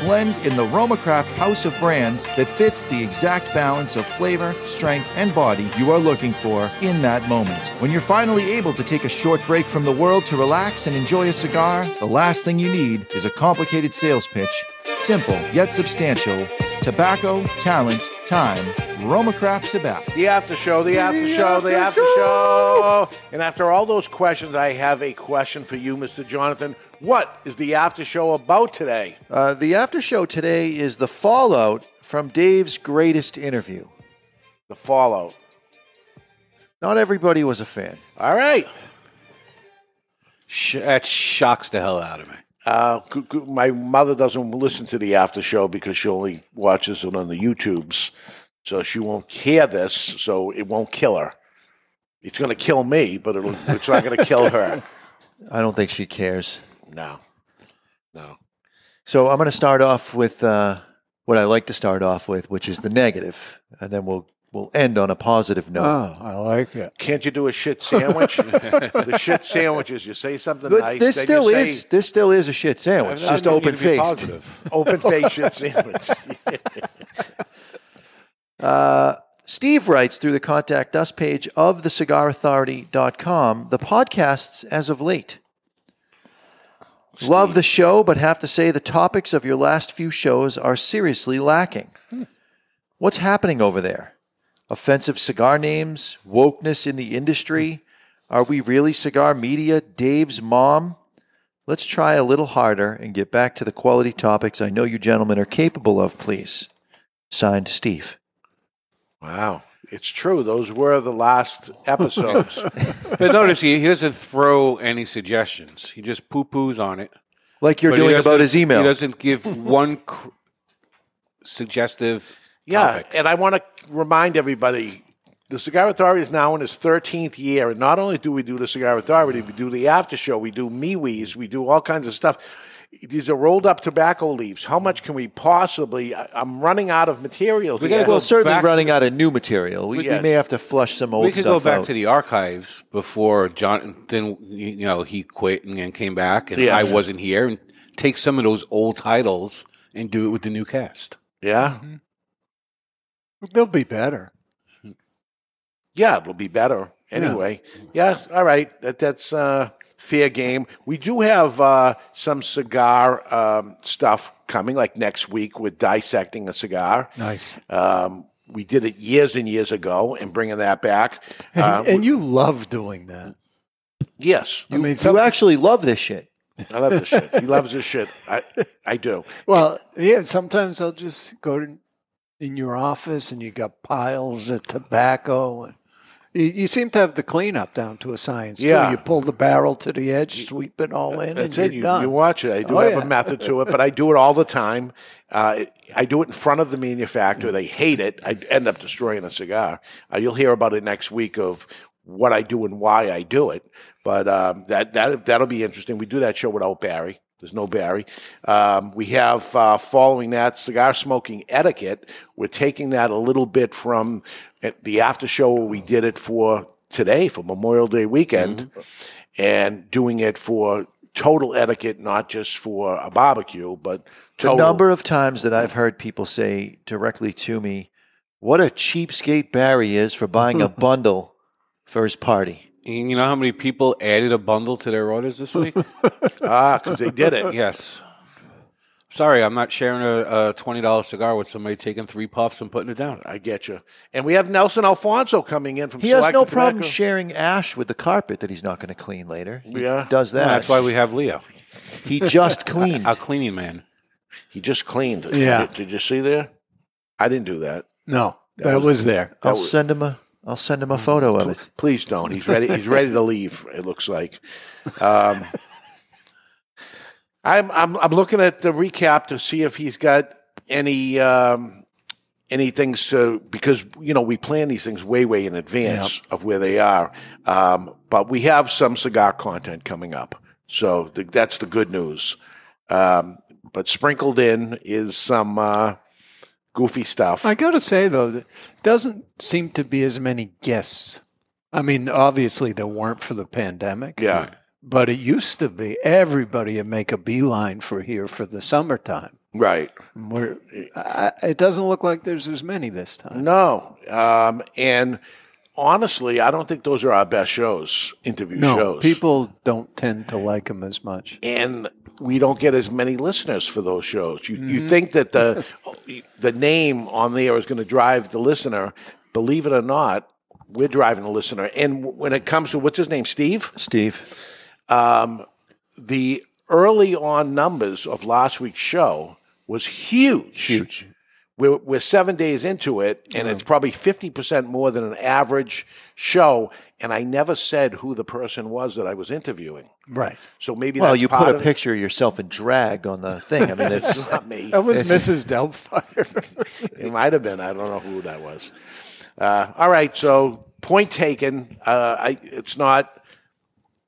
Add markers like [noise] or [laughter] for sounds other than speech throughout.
blend in the Romacraft House of Brands that fits the exact balance of flavor, strength, and body you are looking for in that moment. When you're finally able to take a short break from the world to relax and enjoy a cigar, the last thing you need is a complicated sales pitch. Simple yet substantial. Tobacco, talent, time, Romacraft Tobacco. The after show, the after show, the after show. And after all those questions, I have a question for you, Mr. Jonathan. What is the after show about today? Uh, the after show today is the fallout from Dave's greatest interview. The fallout. Not everybody was a fan. All right. Sh- that shocks the hell out of me. Uh, g- g- my mother doesn't listen to the after show because she only watches it on the YouTubes. So she won't hear this, so it won't kill her. It's going to kill me, but it'll, it's not going to kill [laughs] her. I don't think she cares. No. No. So I'm going to start off with uh, what I like to start off with, which is the negative, and then we'll we'll end on a positive note. Oh, I like it. Can't you do a shit [laughs] sandwich? the shit sandwiches. You say something But nice. this then still you say- is this still is a shit I'm sandwich, just not open meaning to be faced. positive. [laughs] open [laughs] faced shit sandwich. [laughs] Uh, Steve writes through the contact us page of thecigarauthority.com the podcasts as of late. Love the show, but have to say the topics of your last few shows are seriously lacking. What's happening over there? Offensive cigar names, wokeness in the industry. Are we really cigar media? Dave's mom? Let's try a little harder and get back to the quality topics I know you gentlemen are capable of, please. Signed, Steve. Wow. It's true. Those were the last [laughs] episodes. [laughs] But notice he, he doesn't throw any suggestions. He just poo poos on it. like you're But he doing doesn't- about his email. He [laughs] doesn't give one cr- suggestive. yeah. topic. And I want to remind everybody the Cigar Authority is now in its 13th year. And not only do we do the Cigar Authority, we do the after show, we do MeWe's, we do all kinds of stuff. These are rolled up tobacco leaves. How much can we possibly? I- I'm running out of material. We here. gotta go well, certainly back- running out of new material. We, we Yes. may have to flush some old We could stuff go back out. to the archives before Jonathan, you know, he quit and, and came back, and Yeah. I wasn't here, and take some of those old titles and do it with the new cast. Yeah. They'll be better. Yeah, it'll be better anyway. Yeah, all right. That, that's uh, fair game. We do have uh, some cigar um, stuff coming, like next week. We're dissecting a cigar. Nice. Um, we did it years and years ago, and bringing that back. Uh, and, and you love doing that. yes, I mean, you some, actually love this shit. I love this shit. He loves this shit. I, I do. well, yeah. Sometimes I'll just go to, in your office, and you got piles of tobacco. And you, you seem to have the cleanup down to a science. Yeah. too. you pull the barrel to the edge, sweep it all in, That's and it. you're You, done. you watch it. I do Oh, have yeah. a method to it, but I do it all the time. Uh, it- I do it in front of the Mm-hmm. manufacturer. They hate it. I end up destroying a cigar. Uh, you'll hear about it next week of what I do and why I do it. But um, that that that'll be interesting. We do that show without Barry. There's no Barry. Um, we have uh, following that cigar smoking etiquette. We're taking that a little bit from uh, the after show where we did it for today for Memorial Day weekend Mm-hmm. and doing it for total etiquette, not just for a barbecue, but The total. number of times that I've heard people say directly to me, "What a cheapskate Barry is for buying a bundle for his party." And you know how many people added a bundle to their orders this week? Ah, because they did Uh, it. Yes. Sorry, I'm not sharing a, a twenty dollar cigar with somebody taking three puffs and putting it down. I get you. And we have Nelson Alfonso coming in from. He has Selected no problem Tobacco. sharing ash with the carpet that he's not going to clean later. He Yeah. does that. That's why we have [laughs] Leo, he just cleaned. a cleaning man. he just cleaned. Yeah. Did, did you see there? I didn't do that. no, that, was, there. I'll send him a I'll send him a photo of it. Please don't. He's ready. He's ready to leave. It looks like. Um, [laughs] I'm I'm I'm looking at the recap to see if he's got any um, any things to because you know we plan these things way way in advance of where they are. Um, but we have some cigar content coming up, so th- that's the good news. Um, but sprinkled in is some uh, goofy stuff. I got to say though, that doesn't seem to be as many guests. I mean, obviously there weren't for the pandemic. yeah, But it used to be everybody would make a beeline for here for the summertime. right. And We're, I, it doesn't look like there's as many this time. No. Um, and honestly, I don't think those are our best shows, interview shows. people don't tend to like them as much. and we don't get as many listeners for those shows. You, you think that the the name on there is going to drive the listener? Believe it or not, we're driving the listener. And when it comes to what's his name, Steve, Steve, the early on numbers of last week's show was huge. huge. we're, we're seven days into it, and it's probably 50% more than an average show. And I never said who the person was that I was interviewing. Right. So maybe Well, that's you part put a of it. picture of yourself in drag on the thing. I mean, it's Not me. That was Mrs. Delphire. [laughs] It might have been. I don't know who that was. Uh, all right. So point taken. Uh, I, it's not.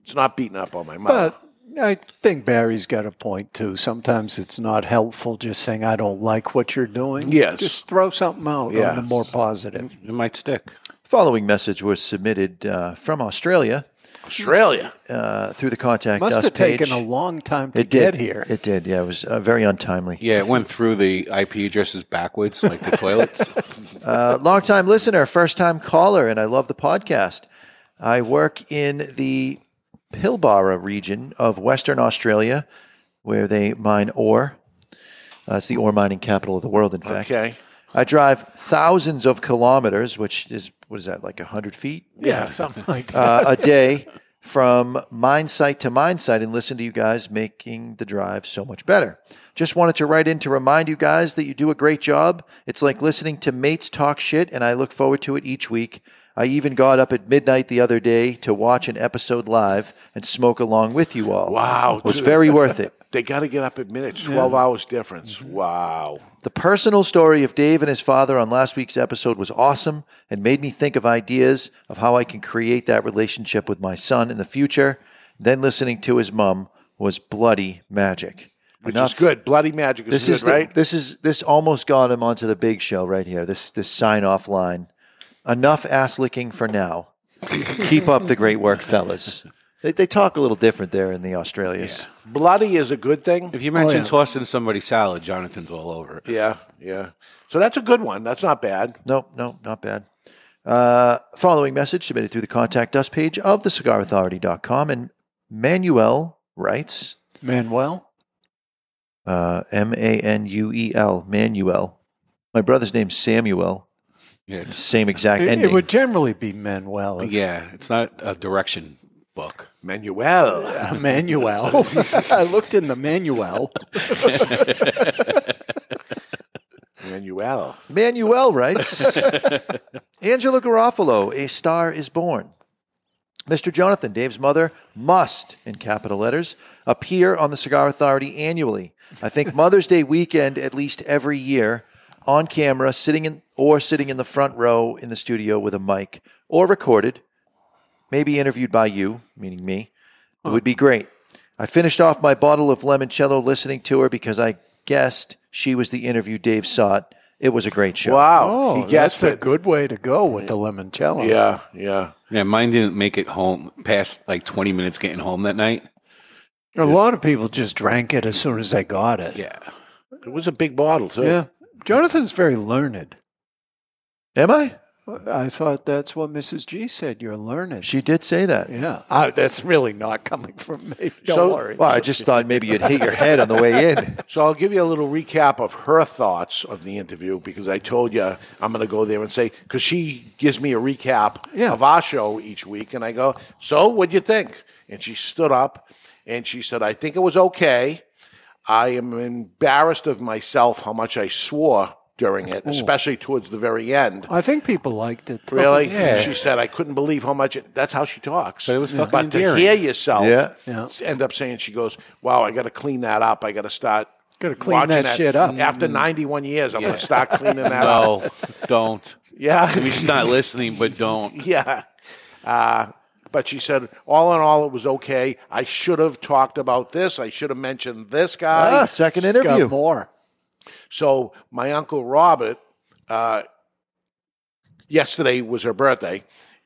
It's not beating up on my mom. but I think Barry's got a point too. Sometimes it's not helpful just saying, I don't like what you're doing. Yes. Just throw something out Yeah. on the more positive. It might stick. following message was submitted uh, from Australia Australia. uh, through the contact Must us have page. taken a long time to it get did here. It did. Yeah, it was uh, very untimely. Yeah, it went through the IP addresses backwards, like [laughs] the toilets. Uh, longtime listener, first time caller, and I love the podcast. I work in the Pilbara region of Western Australia, where they mine ore. Uh, it's the ore mining capital of the world, in fact. Okay. I drive thousands of kilometers, which is, what is that, like 100 feet yeah, something like that. uh, a day from mine site to mine site and listen to you guys making the drive so much better. Just wanted to write in to remind you guys that you do a great job. It's like listening to mates talk shit, and I look forward to it each week. I even got up at midnight the other day to watch an episode live and smoke along with you all. Wow, It was dude. very worth it. They got to get up at minutes. Twelve hours difference. Mm-hmm. Wow. The personal story of Dave and his father on last week's episode was awesome and made me think of ideas of how I can create that relationship with my son in the future. Then listening to his mum was bloody magic. Which Enough- is good. Bloody magic is This good, is the- right? this is this almost got him onto the big show right here. This this sign off line. Enough ass licking for now. Keep up the great work, fellas. They, they talk a little different there in the Australias. Bloody is a good thing. If you mention tossing somebody salad, Jonathan's all over it. Yeah, yeah. So that's a good one. That's not bad. No, no, not bad. Uh, following message submitted through the contact us page of thecigarauthority.com. And Manuel writes, Manuel? uh, M A N U E L, Manuel. My brother's name's Samuel. Yeah, it's, Same exact It, ending. it would generally be Manuel. if- yeah, it's not a direction book. Manuel. [laughs] [laughs] Manuel. I looked in the manual. Manuel. Manuel writes Angela Garofalo, A Star is Born. Mr. Jonathan, Dave's mother, must, in capital letters, appear on the Cigar Authority annually. I think [laughs] Mother's Day weekend, at least every year, on camera, sitting in or sitting in the front row in the studio with a mic or recorded, maybe interviewed by you, meaning me. It would be great. I finished off my bottle of limoncello listening to her because I guessed she was the interview Dave sought. It was a great show. Wow. Oh, he that's gets a it. good way to go with the limoncello. Yeah, yeah. Yeah, mine didn't make it home past like 20 minutes getting home that night. A lot of people just drank it as soon as they got it. Yeah. It was a big bottle too. Yeah. Jonathan's very learned. Am I? I thought that's what Mrs. G said. You're learned. She did say that. yeah. I, Ah, that's really not coming from me. Don't So- worry. Well, I just thought maybe you'd hit your head on the way in. So I'll give you a little recap of her thoughts of the interview because I told you I'm going to go there and say because she gives me a recap Yeah. of our show each week, and I go, "So what'd you think?" And she stood up and she said, "I think it was okay. I am embarrassed of myself how much I swore during it, especially towards the very end. I think people liked it. too. Really? Yeah. She said, I couldn't believe how much it, that's how she talks. But it was fucking But to endearing. hear yourself Yeah. Yeah. end up saying, she goes, wow, I got to clean that up. I got to start. Got to clean watching that, shit up. After 91 years, I'm going to start cleaning that up. Mm. [laughs] No, don't. [laughs] Yeah. He's not listening, but don't. [laughs] yeah. Uh, but she said, all in all, it was okay. I should have talked about this. I should have mentioned this guy. Ah, second Just got interview. more. So my uncle Robert, uh, yesterday was her birthday,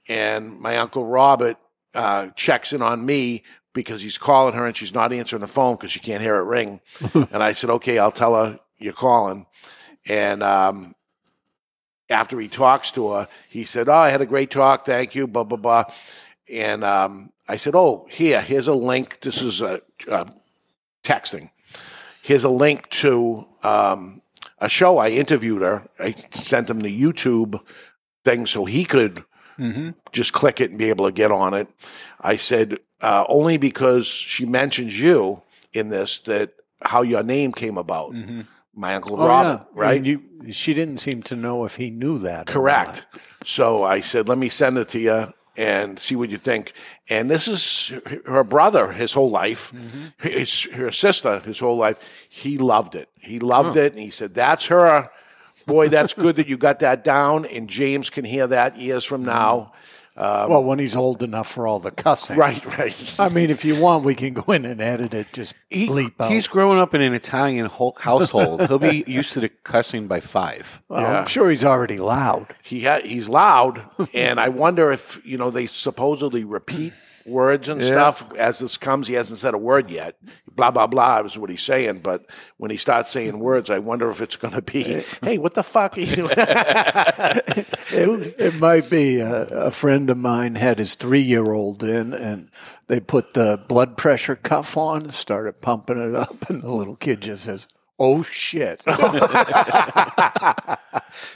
and my uncle Robert uh, checks in on me because he's calling her and she's not answering the phone because she can't hear it [laughs] ring. and I said, "Okay, I'll tell her you're calling." And um, after he talks to her, he said, "Oh, I had a great talk. Thank you." Blah blah blah. And um, I said, "Oh, here, here's a link. This is a, a texting." here's a link to um, a show I interviewed her. I sent him the YouTube thing so he could just click it and be able to get on it. I said uh, only because she mentions you in this that how your name came about. My uncle Robert, Oh, yeah. Mm-hmm. right? And you, she didn't seem to know if he knew that. or Correct. So I said, let me send it to you and see what you think. And this is her brother his whole life, his, her sister his whole life. He loved it. He loved it. And he said, that's her. Boy, that's good that you got that down. And James can hear that years from now. not. Well, when he's old enough for all the cussing. Right, right. I mean, if you want, we can go in and edit it. Just He- bleep out. he's growing up in an Italian ho- household. He'll [laughs] be used to the cussing by five. Well, I'm sure he's already loud. He ha- he's loud. And I wonder if, you know, they supposedly repeat words and stuff as this comes. He hasn't said a word yet. Blah, blah, blah is what he's saying. But when he starts saying words, I wonder if it's going to be, [laughs] hey, what the fuck are you It, it might be a, a friend of mine had his three year old in, and they put the blood pressure cuff on, started pumping it up, and the little kid just says, "Oh [laughs] shit!"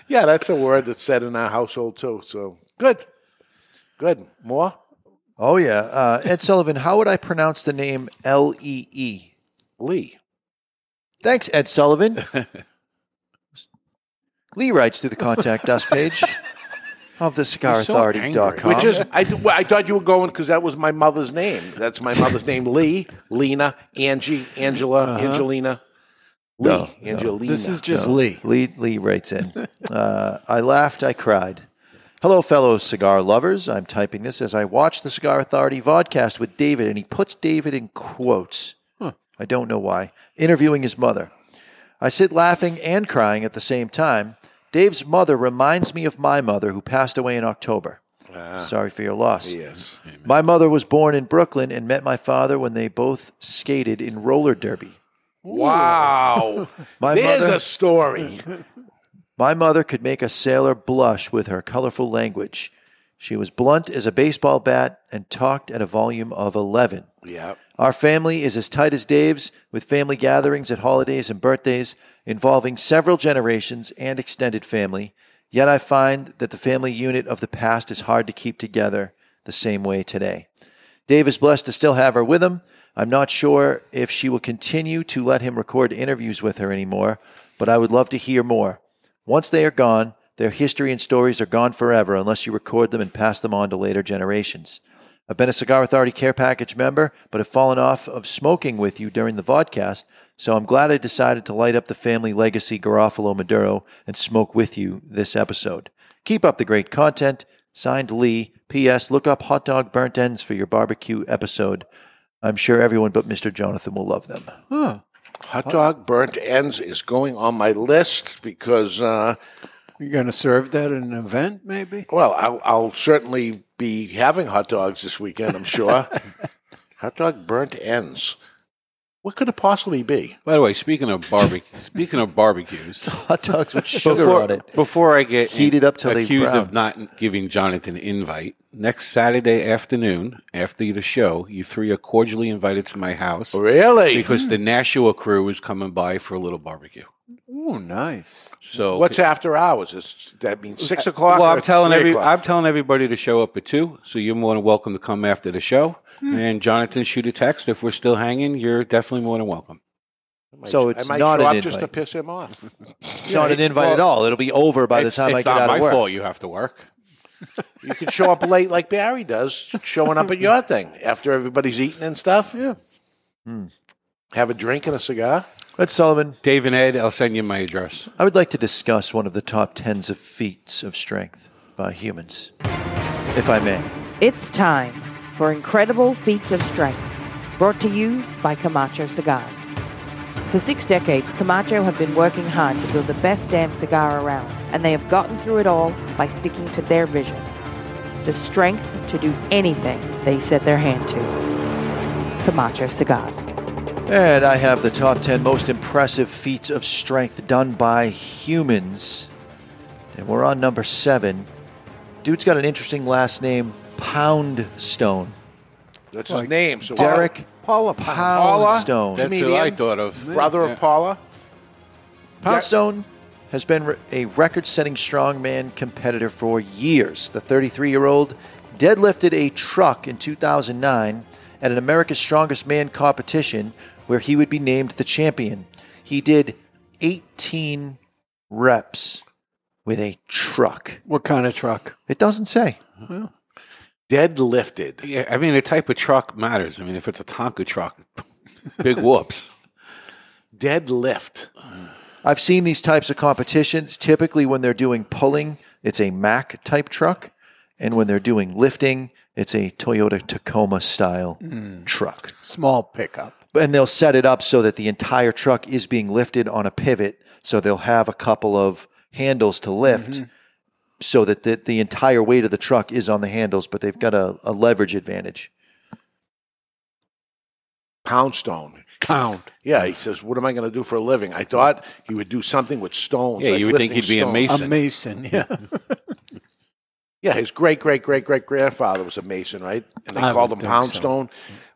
Yeah, that's a word that's said in our household too. So good. Good. More? Oh yeah, uh, Ed Sullivan. How would I pronounce the name L E E? Lee. Thanks, Ed Sullivan. Lee writes to the contact us page of the angry. cigarauthority.com. Which is, I, th- well, I thought you were going because that was my mother's name. That's my mother's name Lee, Lena, Angie, Angela, Angelina. Lee, No, no. Angelina. Uh-huh. this is just Lee. Lee, Lee writes in. Uh, I laughed, I cried. Hello, fellow cigar lovers. I'm typing this as I watch the Cigar Authority vodcast with David, and he puts David in quotes. I don't know why. Interviewing his mother. I sit laughing and crying at the same time. Dave's mother reminds me of my mother, who passed away in October. Sorry for your loss. Yes. My mother was born in Brooklyn and met my father when they both skated in roller derby. [laughs] Wow. My There's mother- a story. My mother could make a sailor blush with her colorful language. She was blunt as a baseball bat and talked at a volume of 11. yeah. Our family is as tight as Dave's, with family gatherings at holidays and birthdays involving several generations and extended family. Yet I find that the family unit of the past is hard to keep together the same way today. Dave is blessed to still have her with him. I'm not sure if she will continue to let him record interviews with her anymore, but I would love to hear more. Once they are gone, their history and stories are gone forever unless you record them and pass them on to later generations. I've been a Cigar Authority Care Package member, but have fallen off of smoking with you during the vodcast, so I'm glad I decided to light up the family legacy Garofalo Maduro and smoke with you this episode. Keep up the great content. Signed Lee. P.S. Look up hot dog burnt ends for your barbecue episode. I'm sure everyone but Mr. Jonathan will love them. [laughs] Hot dog burnt ends is going on my list because, uh, You're going to serve that at an event, maybe? well, I'll, I'll certainly be having hot dogs this weekend, I'm [laughs] sure. hot dog burnt ends. What could it possibly be? By the way, speaking of barbecue, speaking of [laughs] barbecues, Hot [laughs] dogs with sugar before, on it. before I get Heated up till they accused brown. of not giving Jonathan an invite, next Saturday afternoon after the show, you three are cordially invited to my house Really? because Hmm. the Nashua crew is coming by for a little barbecue. Oh, nice. So What's after hours? Is that mean six o'clock? Uh, Well, or I'm telling three every o'clock? I'm telling everybody to show up at two, so you're more than welcome to come Hmm. after the show. And Jonathan, shoot a text if we're still hanging. You're definitely more than welcome. might- So it's I might not show an up just to invite. piss him off. It's not an invite at all. It'll be over by the it's time I it's get not out my of work. fault you have to work. You can show up late like Barry does, showing up at your thing after everybody's eating and stuff. Yeah. Hmm. Have a drink and a cigar. But Sullivan, Dave and Ed, I'll send you my address. I would like to discuss one of the top tens of feats of strength by humans, if I may. It's time for Incredible Feats of Strength, brought to you by Camacho Cigars. For six decades, Camacho have been working hard to build the best damn cigar around, and they have gotten through it all by sticking to their vision the strength to do anything they set their hand to. Camacho Cigars. And I have the top 10 most impressive feats of strength done by humans. And we're on number seven. Dude's got an interesting last name, Poundstone. That's his name. So Derek Paula, Poundstone. That's who I thought of. Brother Yeah. of Paula. Poundstone has been re- a record setting strongman competitor for years. The 33 year old deadlifted a truck in 2009 at an America's Strongest Man competition where he would be named the champion. He did 18 reps with a truck. What kind of truck? It doesn't say. Deadlifted. Yeah, I mean, the type of truck matters. I mean, if it's a Tonka truck, big whoops. Deadlift. I've seen these types of competitions typically when they're doing pulling, it's a Mack type truck. And when they're doing lifting, it's a Toyota Tacoma style truck. Small pickup. and they'll set it up so that the entire truck is being lifted on a pivot. So they'll have a couple of handles to lift so that the, the entire weight of the truck is on the handles, but they've got a, a leverage advantage. Poundstone. Pound. Yeah, he says, "What am I going to do for a living?" I thought he would do something with stones. Yeah, like you would think lifting he'd be a stones. mason. A mason, yeah. Yeah, his great great great great grandfather was a mason, right? And they I called him would think Poundstone,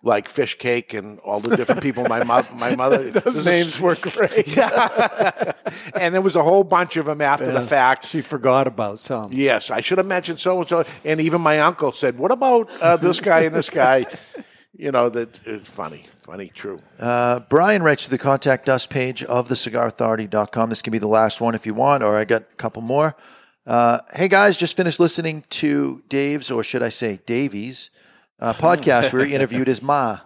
like fish cake and all the different people. My mo- my mother. Those names were great. [laughs] yeah, and there was a whole bunch of them after the fact. She forgot about some. Yes, I should have mentioned so and so. And even my uncle said, "What about uh, this guy and this guy?" [laughs] You know that it's funny, funny, true. Uh, Brian writes to the contact us page of thecigarauthority.com. This can be the last one if you want, or I got a couple more. Uh, hey guys, just finished listening to Dave's, or should I say Davies, uh, podcast where he interviewed his ma.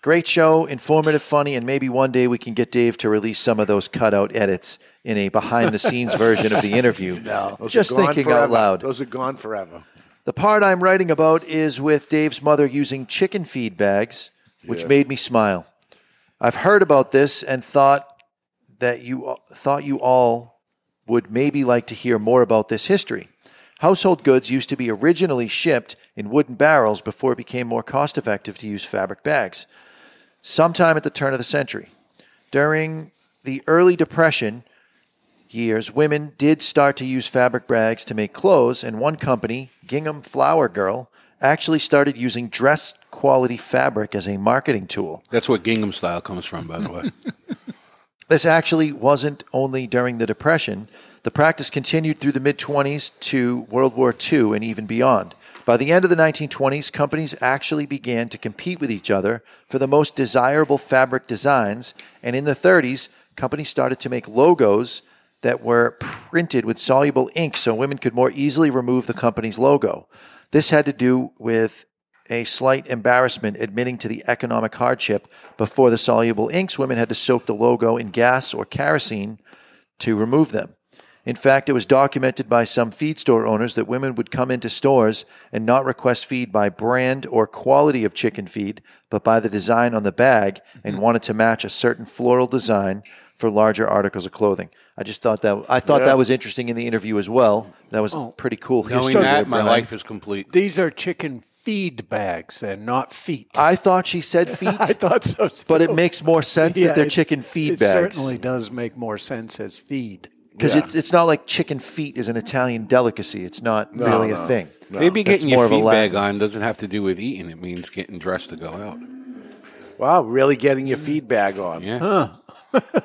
Great show, informative, funny, and maybe one day we can get Dave to release some of those cutout edits in a behind the scenes version of the interview. No, Those are just gone thinking forever. out loud. Those are gone forever. The part I'm writing about is with Dave's mother using chicken feed bags, which made me smile. I've heard about this and thought that you thought you all would maybe like to hear more about this history. Household goods used to be originally shipped in wooden barrels before it became more cost effective to use fabric bags. Sometime at the turn of the century, during the early depression, years, women did start to use fabric bags to make clothes, and one company, Gingham Flower Girl, actually started using dress quality fabric as a marketing tool. That's where gingham style comes from, by the [laughs] way. This actually wasn't only during the Depression. The practice continued through the mid 20s to World War II and even beyond. By the end of the 1920s, companies actually began to compete with each other for the most desirable fabric designs. And in the 30s, companies started to make logos that were printed with soluble ink so women could more easily remove the company's logo. This had to do with a slight embarrassment admitting to the economic hardship before the soluble inks women had to soak the logo in gas or kerosene to remove them in fact it was documented by some feed store owners that women would come into stores and not request feed by brand or quality of chicken feed but by the design on the bag Mm-hmm. and wanted to match a certain floral design for larger articles of clothing i just thought that i thought that was interesting in the interview as well that was pretty cool Oh. Knowing history there, that, my Brian. life is complete. These are chicken feed bags, they're not feet. i thought she said feet [laughs] I thought so. But it makes more sense that they're chicken feed it bags. certainly does make more sense as feed. [laughs] Because it's, it's not like chicken feet is an Italian delicacy. It's not really a thing. Maybe That's getting your more of a feed Latin. bag on doesn't have to do with eating. It means getting dressed to go out. Wow, really getting your feedback on. Yeah.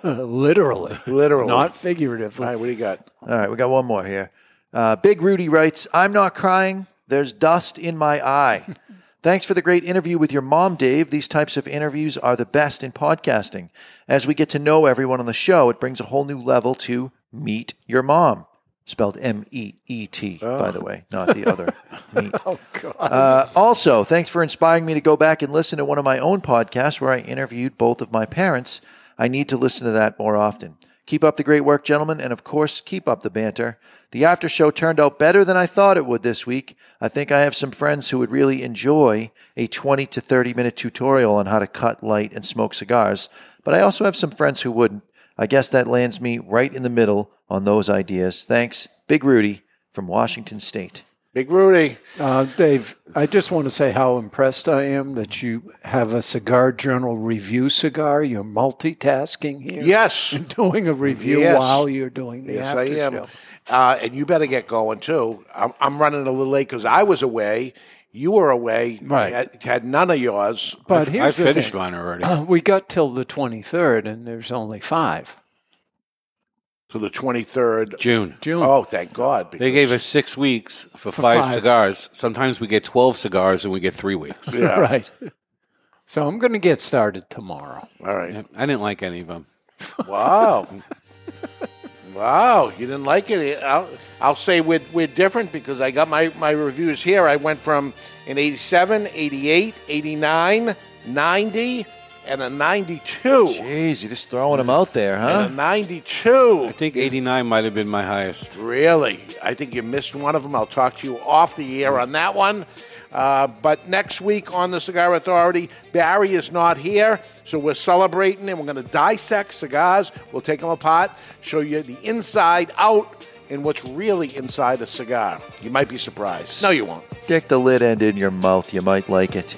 Literally. Literally. Not figuratively. All right, what do you got? All right, we got [laughs] one more here. Uh, Big Rudy writes, I'm not crying. There's dust in my eye. Thanks for the great interview with your mom, Dave. These types of interviews are the best in podcasting. As we get to know everyone on the show, it brings a whole new level to meet your mom. Spelled M E E T, by Oh. the way, not the [laughs] other. meet. Uh, also, thanks for inspiring me to go back and listen to one of my own podcasts where I interviewed both of my parents. I need to listen to that more often. Keep up the great work, gentlemen, and of course, keep up the banter. The after show turned out better than I thought it would this week. I think I have some friends who would really enjoy a 20 to 30 minute tutorial on how to cut, light, and smoke cigars, but I also have some friends who wouldn't. I guess that lands me right in the middle on those ideas. Thanks, Big Rudy from Washington State. Big Rudy. Uh, Dave, I just want to say how impressed I am that you have a cigar journal review cigar. You're multitasking here. [laughs] Yes. And doing a review Yes. while you're doing the Yes, I after am. show. Uh, and you better get going too. I'm, I'm running a little late because I was away. You were away. Right. Had, had none of yours. But I here's the finished thing. mine already. Uh, [clears throat] we got till the 23rd, and there's only five. So the 23rd. June. June. Oh, thank God. They gave us six weeks for, five, five. cigars. Sometimes we get 12 cigars and we get three [laughs] [laughs] weeks. [laughs] Yeah. Right. So I'm going to get started tomorrow. All right. Yeah, I didn't like any of them. Wow. wow. You didn't like it. I'll, I'll say we're, we're different because I got my, my reviews here. I went from an 87, 88, 89, 90, and a 92. Jeez, you're just throwing them out there, And a huh? 92. I think 89 might have been my highest. Really? I think you missed one of them. I'll talk to you off the air on that one. Uh, but next week on the Cigar Authority, Barry is not here, so we're celebrating and we're going to dissect cigars. We'll take them apart, show you the inside out and what's really inside a cigar. You might be surprised. No, you won't. Stick the lid end in your mouth. You might like it.